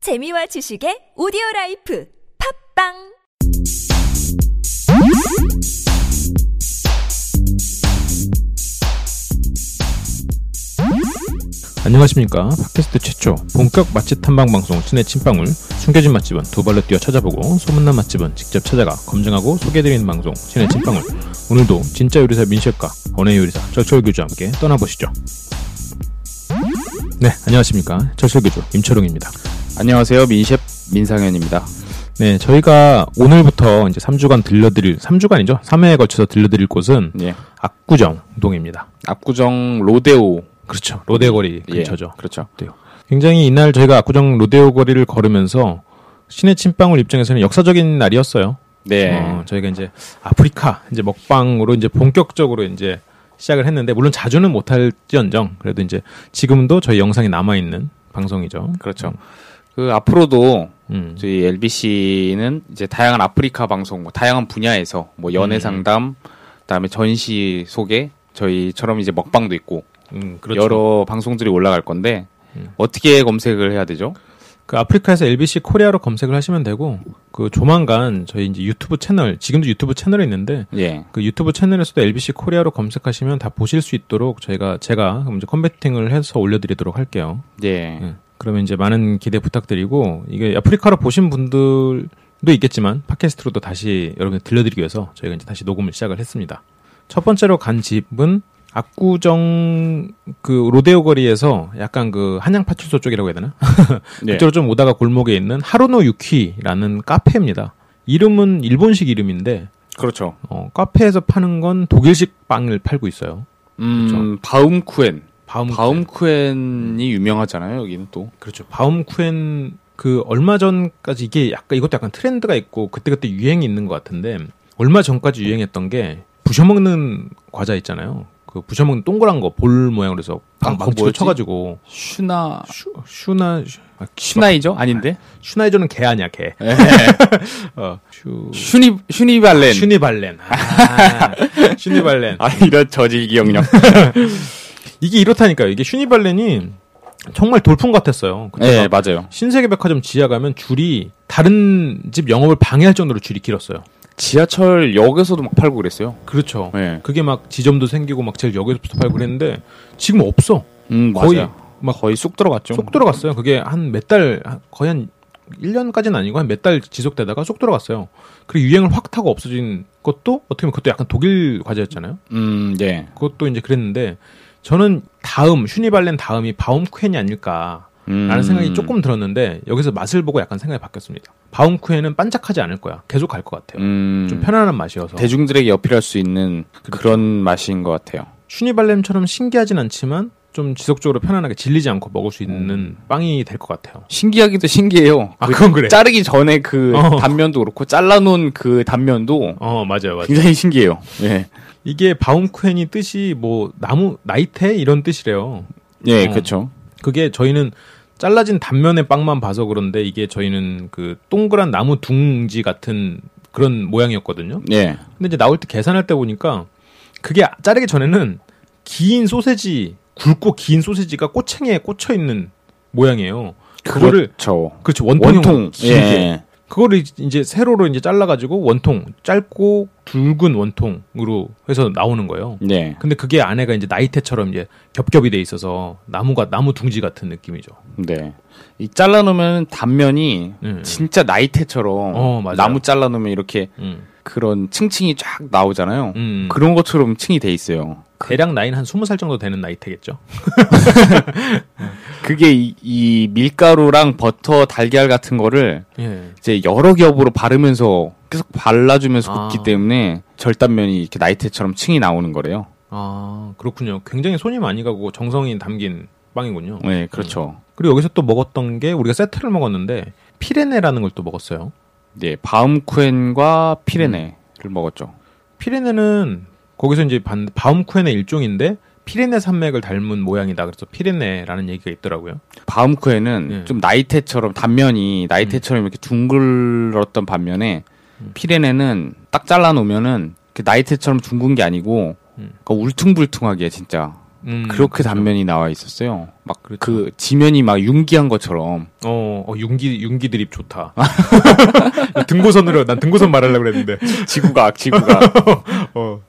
재미와 지식의 오디오 라이프 팝빵 안녕하십니까 팟캐스트 최초 본격 맛집 탐방 방송 신의 침방울 숨겨진 맛집은 두 발로 뛰어 찾아보고 소문난 맛집은 직접 찾아가 검증하고 소개해드리는 방송 신의 침방울 오늘도 진짜 요리사 민셰프과 언어 요리사 철철 교주와 함께 떠나보시죠 네 안녕하십니까 철철 교주 임철웅입니다 안녕하세요 민셰프 민상현입니다. 네 저희가 오늘부터 이제 3주간 들려드릴 3주간이죠 3회에 걸쳐서 들려드릴 곳은 예. 압구정 동입니다 압구정 로데오 그렇죠 로데거리 근처죠 예, 그렇죠. 굉장히 이날 저희가 압구정 로데오 거리를 걸으면서 신의 침방울 입장에서는 역사적인 날이었어요. 네. 어, 저희가 이제 아프리카 이제 먹방으로 이제 본격적으로 이제 시작을 했는데 물론 자주는 못할지언정 그래도 이제 지금도 저희 영상이 남아 있는 방송이죠. 그렇죠. 그 앞으로도 음. 저희 LBC는 이제 다양한 아프리카 방송, 뭐 다양한 분야에서 뭐 음. 연애 상담, 그다음에 전시 소개, 저희처럼 이제 먹방도 있고 음, 그렇죠. 음. 여러 방송들이 올라갈 건데 어떻게 검색을 해야 되죠? 그 아프리카에서 LBC 코리아로 검색을 하시면 되고 그 조만간 저희 이제 유튜브 채널 지금도 유튜브 채널이 있는데 예. 그 유튜브 채널에서도 LBC 코리아로 검색하시면 다 보실 수 있도록 저희가 제가 그럼 이제 컨베팅을 해서 올려드리도록 할게요. 예. 예. 그러면 이제 많은 기대 부탁드리고 이게 아프리카로 보신 분들도 있겠지만 팟캐스트로도 다시 여러분 들려드리기 위해서 저희가 이제 다시 녹음을 시작을 했습니다. 첫 번째로 간 집은 압구정 그 로데오 거리에서 약간 그 한양 파출소 쪽이라고 해야 되나? 예. 그쪽으로 좀 오다가 골목에 있는 하루노 유키라는 카페입니다. 이름은 일본식 이름인데 그렇죠. 어, 카페에서 파는 건 독일식 빵을 팔고 있어요. 음, 바움쿠엔. 그렇죠. 바움쿠엔. 바움쿠엔이 유명하잖아요, 여기는 또. 그렇죠. 바움쿠엔 그 얼마 전까지 이게 약간 이것도 약간 트렌드가 있고 그때그때 유행이 있는 것 같은데 얼마 전까지 유행했던 게 부셔먹는 과자 있잖아요. 그 부셔먹는 동그란 거 볼 모양으로 해서 아, 빵 그거 망치로 뭐였지? 쳐가지고 슈나 슈, 슈나 슈, 아, 슈나이죠? 아닌데? 슈나이저는 개 아니야 개. 예. 어, 슈 슈니 슈니발렌. 슈니발렌. 아, 슈니발렌. 아 이런 저질 기억력. 이게 이렇다니까요. 이게 슈니발렌이 정말 돌풍 같았어요. 그때가 네 맞아요. 신세계 백화점 지하 가면 줄이 다른 집 영업을 방해할 정도로 줄이 길었어요. 지하철 역에서도 막 팔고 그랬어요. 그렇죠. 네. 그게 막 지점도 생기고 막 제일 역에서부터 팔고 그랬는데 지금 없어. 음 거의 맞아요. 막 거의 쑥 들어갔죠. 쏙 들어갔어요. 그게 한 몇 달 거의 한 1년까지는 아니고 한 몇 달 지속되다가 쏙 들어갔어요. 그리고 유행을 확 타고 없어진 것도 어떻게 보면 그것도 약간 독일 과제였잖아요. 음 네. 그것도 이제 그랬는데 저는 다음 슈니발렌 다음이 바움쿠헨이 아닐까 음. 라는 생각이 조금 들었는데 여기서 맛을 보고 약간 생각이 바뀌었습니다. 바움쿠에는 반짝하지 않을 거야. 계속 갈 것 같아요. 음, 좀 편안한 맛이어서 대중들에게 어필할 수 있는 그런 맛인 것 같아요. 슈니발렘처럼 신기하진 않지만 좀 지속적으로 편안하게 질리지 않고 먹을 수 있는 빵이 될 것 같아요. 신기하기도 신기해요. 음. 아 그건 그래. 자르기 전에 그 어. 단면도 그렇고 잘라놓은 그 단면도 어 맞아요 맞아요. 굉장히 신기해요. 예, 이게 바움쿠엔이 뜻이 뭐 나무 나이테 이런 뜻이래요. 예, 어. 그렇죠. 그게 저희는 잘라진 단면의 빵만 봐서 그런데 이게 저희는 그 동그란 나무 둥지 같은 그런 모양이었거든요. 예, 근데 이제 나올 때 계산할 때 보니까 그게 자르기 전에는 긴 소세지 굵고 긴 소세지가 꼬챙이에 꽂혀 있는 모양이에요. 그거를 그렇죠. 그렇죠 원통형 예. 원통 길게 그거를 이제 세로로 이제 잘라가지고 원통 짧고 굵은 원통으로 해서 나오는 거예요. 예, 예, 근데 그게 안에가 이제 나이테처럼 이제 겹겹이 돼 있어서 나무가 나무 둥지 같은 느낌이죠. 네. 이 잘라놓으면 단면이 음. 진짜 나이테처럼 어, 맞아요. 나무 잘라놓으면 이렇게 음. 그런 층층이 쫙 나오잖아요. 음. 그런 것처럼 층이 돼 있어요. 대략 나이는 한 스무 살 정도 되는 나이테겠죠. 그게 이, 이 밀가루랑 버터, 달걀 같은 거를 예. 이제 여러 겹으로 바르면서 계속 발라주면서 아. 굽기 때문에 절단면이 이렇게 나이테처럼 층이 나오는 거래요. 아 그렇군요. 굉장히 손이 많이 가고 정성이 담긴 빵이군요. 네, 그렇죠. 그리고 여기서 또 먹었던 게 우리가 세트를 먹었는데 피레네라는 걸 또 먹었어요. 네, 바움쿠엔과 피레네를 먹었죠. 피레네는 거기서 이제 반- 바움쿠엔의 일종인데 피레네 산맥을 닮은 모양이다. 그래서 피레네라는 얘기가 있더라고요. 바움쿠엔은 예. 음. 좀 나이테처럼 단면이 나이테처럼 이렇게 둥글었던 반면에 피레네는 딱 잘라 놓으면은 이렇게 나이테처럼 둥근 게 아니고 음. 그러니까 울퉁불퉁하게 진짜 음, 그렇게 그렇죠. 단면이 나와 있었어요. 막 그 그렇죠. 지면이 막 융기한 것처럼 어, 어 윤기 윤기 드립 좋다. 등고선으로 난 등고선 말하려고 그랬는데. 지구가 지구가 어.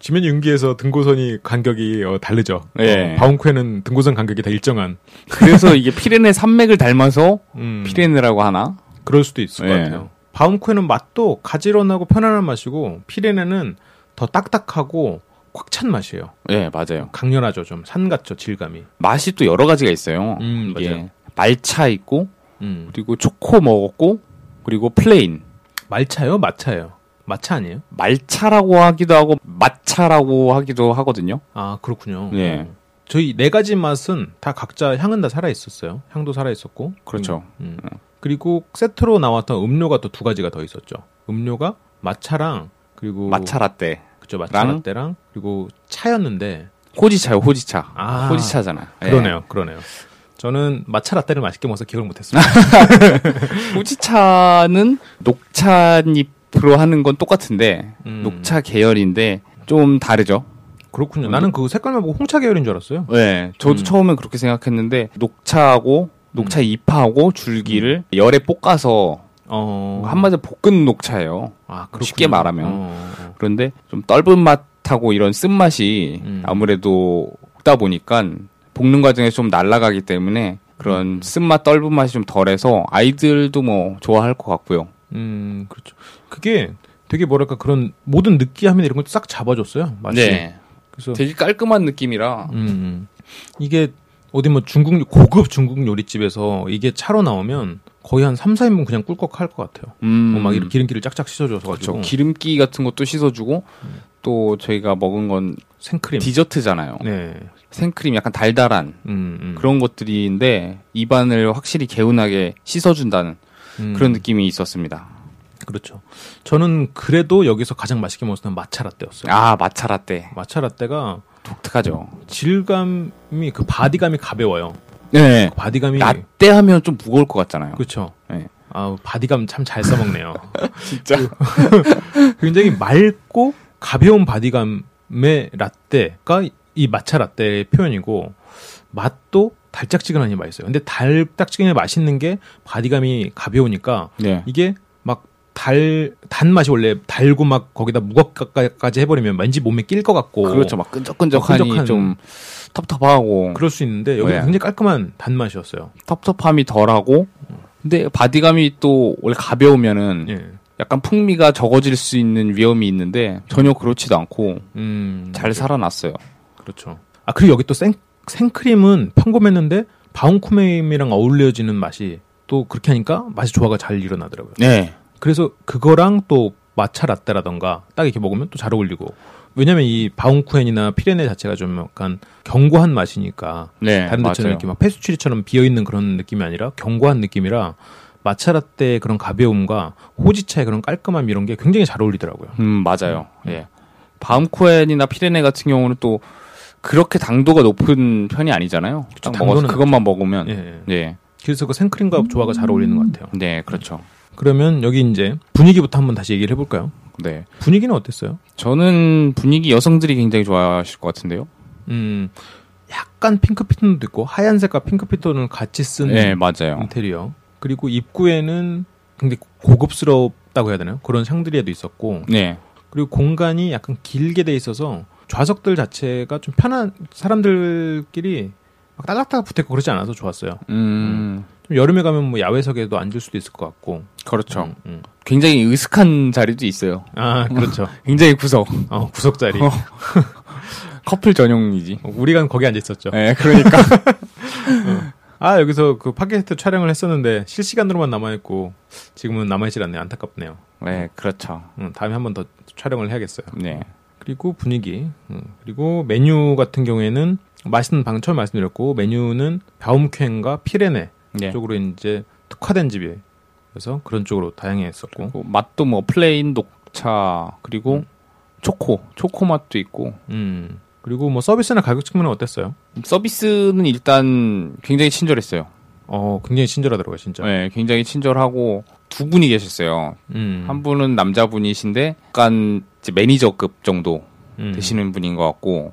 지면 윤기에서 등고선이 간격이 어, 다르죠. 예. 어, 바운크에는 등고선 간격이 다 일정한. 그래서 이게 피레네 산맥을 닮아서 음, 피레네라고 하나? 그럴 수도 있을 것 예. 같아요. 바운크에는 맛도 가지런하고 편안한 맛이고 피레네는 더 딱딱하고 꽉 찬 맛이에요. 예, 맞아요. 강렬하죠, 좀 산 같죠 질감이. 맛이 또 여러 가지가 있어요. 음, 이게 맞아요. 말차 있고 음. 그리고 초코 먹었고 그리고 플레인 말차요, 마차요. 마차 아니에요? 말차라고 하기도 하고 마차라고 하기도 하거든요. 아 그렇군요. 예. 어. 저희 네 가지 맛은 다 각자 향은 다 살아 있었어요. 향도 살아 있었고. 그렇죠. 음. 음. 그리고 세트로 나왔던 음료가 또 두 가지가 더 있었죠. 음료가 마차랑 그리고 마차 라떼. 그죠 마차 랑. 라떼랑 그리고 차였는데 호지차요, 호지차. 아. 호지차잖아. 예. 그러네요, 그러네요. 저는 마차 라떼를 맛있게 먹어서 기억을 못했습니다. 호지차는 녹차잎으로 하는 건 똑같은데 음. 녹차 계열인데 좀 다르죠. 그렇군요. 나는 그 색깔만 보고 홍차 계열인 줄 알았어요. 네, 저도 음. 처음에 그렇게 생각했는데 녹차하고 녹차 잎하고 줄기를 열에 볶아서 어, 뭐 한마디 로 볶은 녹차예요. 아, 그렇군요. 쉽게 말하면. 어, 어. 그런데 좀 떫은 맛하고 이런 쓴 맛이 음. 아무래도 없다 보니까 볶는 과정에 좀 날아가기 때문에 그런 음. 쓴맛 떫은 맛이 좀 덜해서 아이들도 뭐 좋아할 것 같고요. 음, 그렇죠. 그게 되게 뭐랄까 그런 모든 느끼함이나 이런 걸 싹 잡아줬어요. 맛이. 그래서 네. 되게 깔끔한 느낌이라 음, 음. 이게 어디 뭐 중국 고급 중국 요리집에서 이게 차로 나오면 거의 한 3, 4인분 그냥 꿀꺽할 것 같아요. 음, 뭐막 이렇게 기름기를 쫙쫙 씻어줘서 그렇죠. 가지고 음. 기름기 같은 것도 씻어주고 또 저희가 먹은 건 생크림. 디저트잖아요. 네. 생크림 약간 달달한 음, 음. 그런 것들인데 입안을 확실히 개운하게 씻어준다는 음, 그런 느낌이 있었습니다. 그렇죠. 저는 그래도 여기서 가장 맛있게 먹었던 마차 라떼였어요. 아 마차 라떼 마차 라떼가 독특하죠. 음. 질감이 그 바디감이 가벼워요. 그 네. 바디감이 라떼 하면 좀 무거울 것 같잖아요. 예. 그렇죠. 네. 아 바디감 참 잘 써먹네요. 진짜. 그, 굉장히 맑고 가벼운 바디감의 라떼가 이 마차 라떼의 표현이고 맛도 달짝지근하니 맛있어요. 근데 달짝지근하니 맛있는 게 바디감이 가벼우니까 네. 이게 막 달 단맛이 원래 달고 막 거기다 무겁까지 해버리면 왠지 몸에 낄 것 같고 그렇죠. 막 끈적끈적하니 끈적한- 음. 좀 텁텁하고 그럴 수 있는데 여기 네. 는 굉장히 깔끔한 단맛이었어요. 텁텁함이 덜하고 근데 바디감이 또 원래 가벼우면은 예. 약간 풍미가 적어질 수 있는 위험이 있는데 전혀 그렇지도 않고 음, 잘 살아났어요. 그렇죠. 아 그리고 여기 또 생, 생크림은 평범했는데 바운크메임이랑 어울려지는 맛이 또 그렇게 하니까 맛이 조화가 잘 일어나더라고요. 네. 그래서 그거랑 또 마차 라떼라던가 딱 이렇게 먹으면 또 잘 어울리고 왜냐면 이 바운쿠엔이나 피레네 자체가 좀 약간 견고한 맛이니까 네. 다른 데처럼 맞아요. 이렇게 막 페스츄리처럼 비어있는 그런 느낌이 아니라 견고한 느낌이라 마차 라떼의 그런 가벼움과 호지차의 그런 깔끔함 이런 게 굉장히 잘 어울리더라고요. 음, 맞아요. 예. 바움코엔이나 피레네 같은 경우는 또 그렇게 당도가 높은 편이 아니잖아요. 딱 먹어서 당도는 그것만 먹으면 예, 예. 예. 네. 그래서 그 생크림과 조화가 잘 어울리는 것 같아요. 그렇죠. 그러면 여기 이제 분위기부터 한번 다시 얘기를 해볼까요? 네. 분위기는 어땠어요? 저는 분위기 여성들이 굉장히 좋아하실 것 같은데요. 음, 약간 핑크 피톤도 있고 하얀색과 핑크 피톤을 같이 쓴 네, 맞아요. 인테리어. 그리고 입구에는 굉장히 고급스럽다고 해야 되나요? 그런 샹드리에도 있었고 네. 그리고 공간이 약간 길게 돼 있어서 좌석들 자체가 좀 편한 사람들끼리 막 딸락딸락 붙어 있고 그러지 않아서 좋았어요. 음, 좀 여름에 가면 뭐 야외석에도 앉을 수도 있을 것 같고. 그렇죠. 음, 음. 굉장히 으슥한 자리도 있어요. 아 그렇죠. 굉장히 구석. 어, 구석 자리. 어. 커플 전용이지. 우리가 거기 앉아 있었죠. 네, 그러니까. 아 여기서 그 팟캐스트 촬영을 했었는데 실시간으로만 남아있고 지금은 남아있질 않네요 안타깝네요 네, 그렇죠. 음, 다음에 한 번 더 촬영을 해야겠어요 네. 그리고 분위기 음, 그리고 메뉴 같은 경우에는 맛있는 방 처음 말씀드렸고 메뉴는 바움쾰과 피레네 네. 쪽으로 이제 특화된 집이에요 그래서 그런 쪽으로 다양했었고 그 맛도 뭐 플레인 녹차 그리고 초코 초코 맛도 있고 음 그리고 뭐 서비스나 가격 측면은 어땠어요? 서비스는 일단 굉장히 친절했어요. 어 굉장히 친절하더라고요 진짜 네, 굉장히 친절하고 두 분이 계셨어요. 음, 한 분은 남자분이신데 약간 이제 매니저급 정도 음. 되시는 분인 것 같고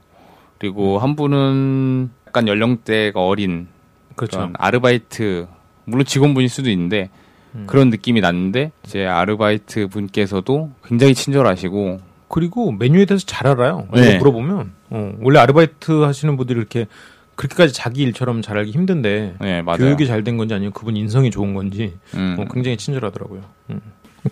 그리고 한 분은 약간 연령대가 어린 그렇죠. 그런 아르바이트 물론 직원분일 수도 있는데 음. 그런 느낌이 났는데 이제 아르바이트 분께서도 굉장히 친절하시고 그리고 메뉴에 대해서 잘 알아요. 네. 이거 물어보면 어, 원래 아르바이트 하시는 분들이 이렇게 그렇게까지 자기 일처럼 잘 알기 힘든데 네 맞아요. 교육이 잘 된 건지 아니면 그분 인성이 좋은 건지 음. 어, 굉장히 친절하더라고요. 음.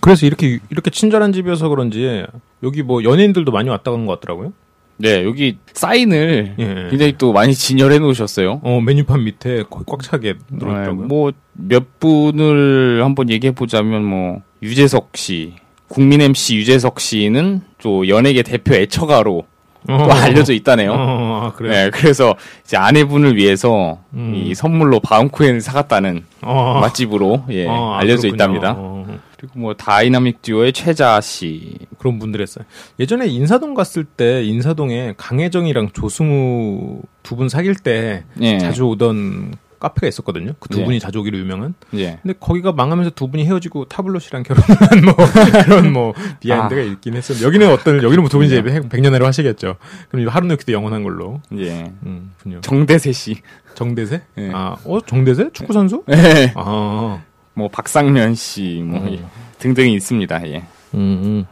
그래서 이렇게 이렇게 친절한 집이어서 그런지 여기 뭐 연예인들도 많이 왔다 간 것 같더라고요. 네 여기 사인을 예. 굉장히 또 많이 진열해 놓으셨어요. 어 메뉴판 밑에 거의 꽉 차게 들어있더라고요. 뭐 몇 분을 한번 얘기해 보자면 뭐 유재석 씨, 국민 MC 유재석 씨는 또 연예계 대표 애처가로 또 뭐, 알려져 있다네요. 어, 아, 그래. 네, 그래서 이제 아내분을 위해서 음. 이 선물로 바움쿠엔을 사갔다는 어, 맛집으로 예, 어, 아, 알려져 그렇군요. 있답니다. 어, 그리고 뭐 다이나믹 듀오의 최자 씨, 그런 분들 했어요. 예전에 인사동 갔을 때 인사동에 강혜정이랑 조승우 두 분 사귈 때 예, 자주 오던 카페가 있었거든요. 그 두 예. 분이 자주 오기로 유명한. 예. 근데 거기가 망하면서 두 분이 헤어지고 타블로 씨랑 결혼한 뭐 그런 뭐 비하인드가 있긴 했어요. 여기는 어떤 여기는 뭐두 분이 이제 백년해로 하시겠죠. 그럼 이 하루 놓기도 영원한 걸로. 예. 음, 군요. 정대세 씨, 정대세? 예. 아, 어 정대세? 축구 선수? 예. 아, 뭐 박상면 씨, 뭐 음. 예, 등등이 있습니다. 예. 음, 음,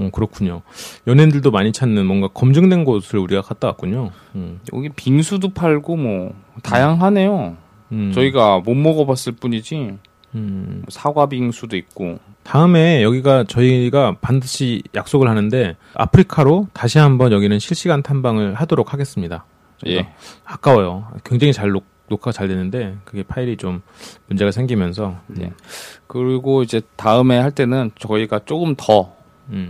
음, 그렇군요. 연예인들도 많이 찾는 뭔가 검증된 곳을 우리가 갔다 왔군요. 음, 여기 빙수도 팔고 뭐 다양하네요. 음, 저희가 못 먹어봤을 뿐이지 뭐 음. 사과 빙수도 있고 다음에 여기가 저희가 반드시 약속을 하는데 아프리카로 다시 한번 여기는 실시간 탐방을 하도록 하겠습니다. 예. 아까워요. 굉장히 잘 녹, 화가잘 되는데 그게 파일이 좀 문제가 생기면서 예. 그리고 이제 다음에 할 때는 저희가 조금 더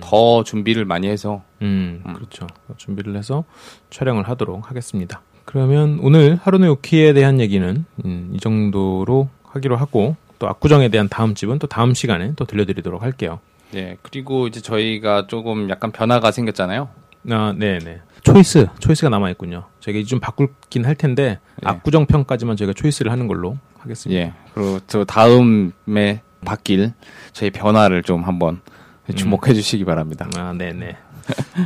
더 음, 준비를 많이 해서 음, 그렇죠. 준비를 해서 촬영을 하도록 하겠습니다. 그러면 오늘 하루의 오키에 대한 얘기는 음, 이 정도로 하기로 하고 또 압구정에 대한 다음 집은 또 다음 시간에 또 들려드리도록 할게요. 예 그리고 이제 저희가 조금 약간 변화가 생겼잖아요. 아, 네네. 초이스, 초이스가 남아있군요. 저희가 이제 좀 바꿀긴 할 텐데 예. 압구정 편까지만 저희가 초이스를 하는 걸로 하겠습니다. 예 그리고 저 다음에 바뀔 저희 변화를 좀 한번 음. 주목해 주시기 바랍니다. 아, 네네.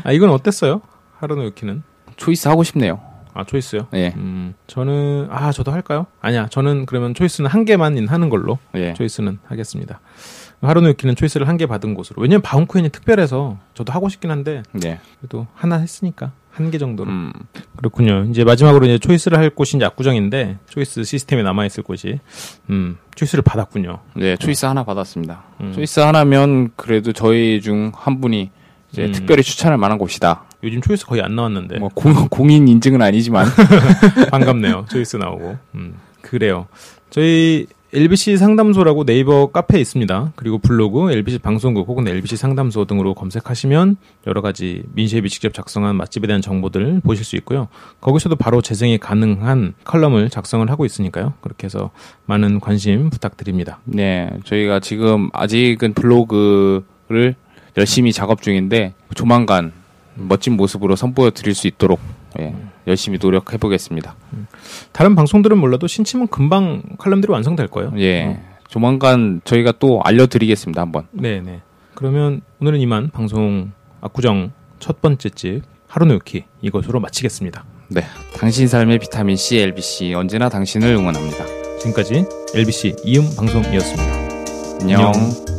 아, 이건 어땠어요? 하루의 오키는? 초이스 하고 싶네요. 아, 초이스요? 예 음, 저는 아 저도 할까요? 아니야, 저는 그러면 초이스는 한 개만 인- 하는 걸로 예. 초이스는 하겠습니다. 하루누키는 초이스를 한 개 받은 곳으로. 왜냐면 바운코인이 특별해서 저도 하고 싶긴 한데 예. 그래도 하나 했으니까 한 개 정도로. 음, 그렇군요. 이제 마지막으로 이제 초이스를 할 곳이 이제 압구정인데 초이스 시스템에 남아 있을 곳이 음 초이스를 받았군요. 네, 초이스 하나 받았습니다. 음. 초이스 하나면 그래도 저희 중 한 분이 이제 음. 네. 특별히 추천할 만한 곳이다. 요즘 초이스 거의 안 나왔는데 뭐 공, 공인 인증은 아니지만 반갑네요. 조이스 나오고. 음, 그래요. 저희 LBC 상담소라고 네이버 카페에 있습니다. 그리고 블로그, LBC 방송국 혹은 LBC 상담소 등으로 검색하시면 여러 가지 민셰비 직접 작성한 맛집에 대한 정보들 보실 수 있고요. 거기서도 바로 재생이 가능한 컬럼을 작성을 하고 있으니까요. 그렇게 해서 많은 관심 부탁드립니다. 네, 저희가 지금 아직은 블로그를 열심히 작업 중인데 조만간 멋진 모습으로 선보여 드릴 수 있도록 예, 열심히 노력해 보겠습니다. 다른 방송들은 몰라도 신침은 금방 컬럼들이 완성될 거예요. 예, 조만간 저희가 또 알려드리겠습니다. 한번 네네. 그러면 오늘은 이만 방송 압구정 첫 번째 집 하루누키 이것으로 마치겠습니다. 네, 당신 삶의 비타민 C, LBC 언제나 당신을 응원합니다. 지금까지 LBC 이음 방송이었습니다. 안녕. 안녕.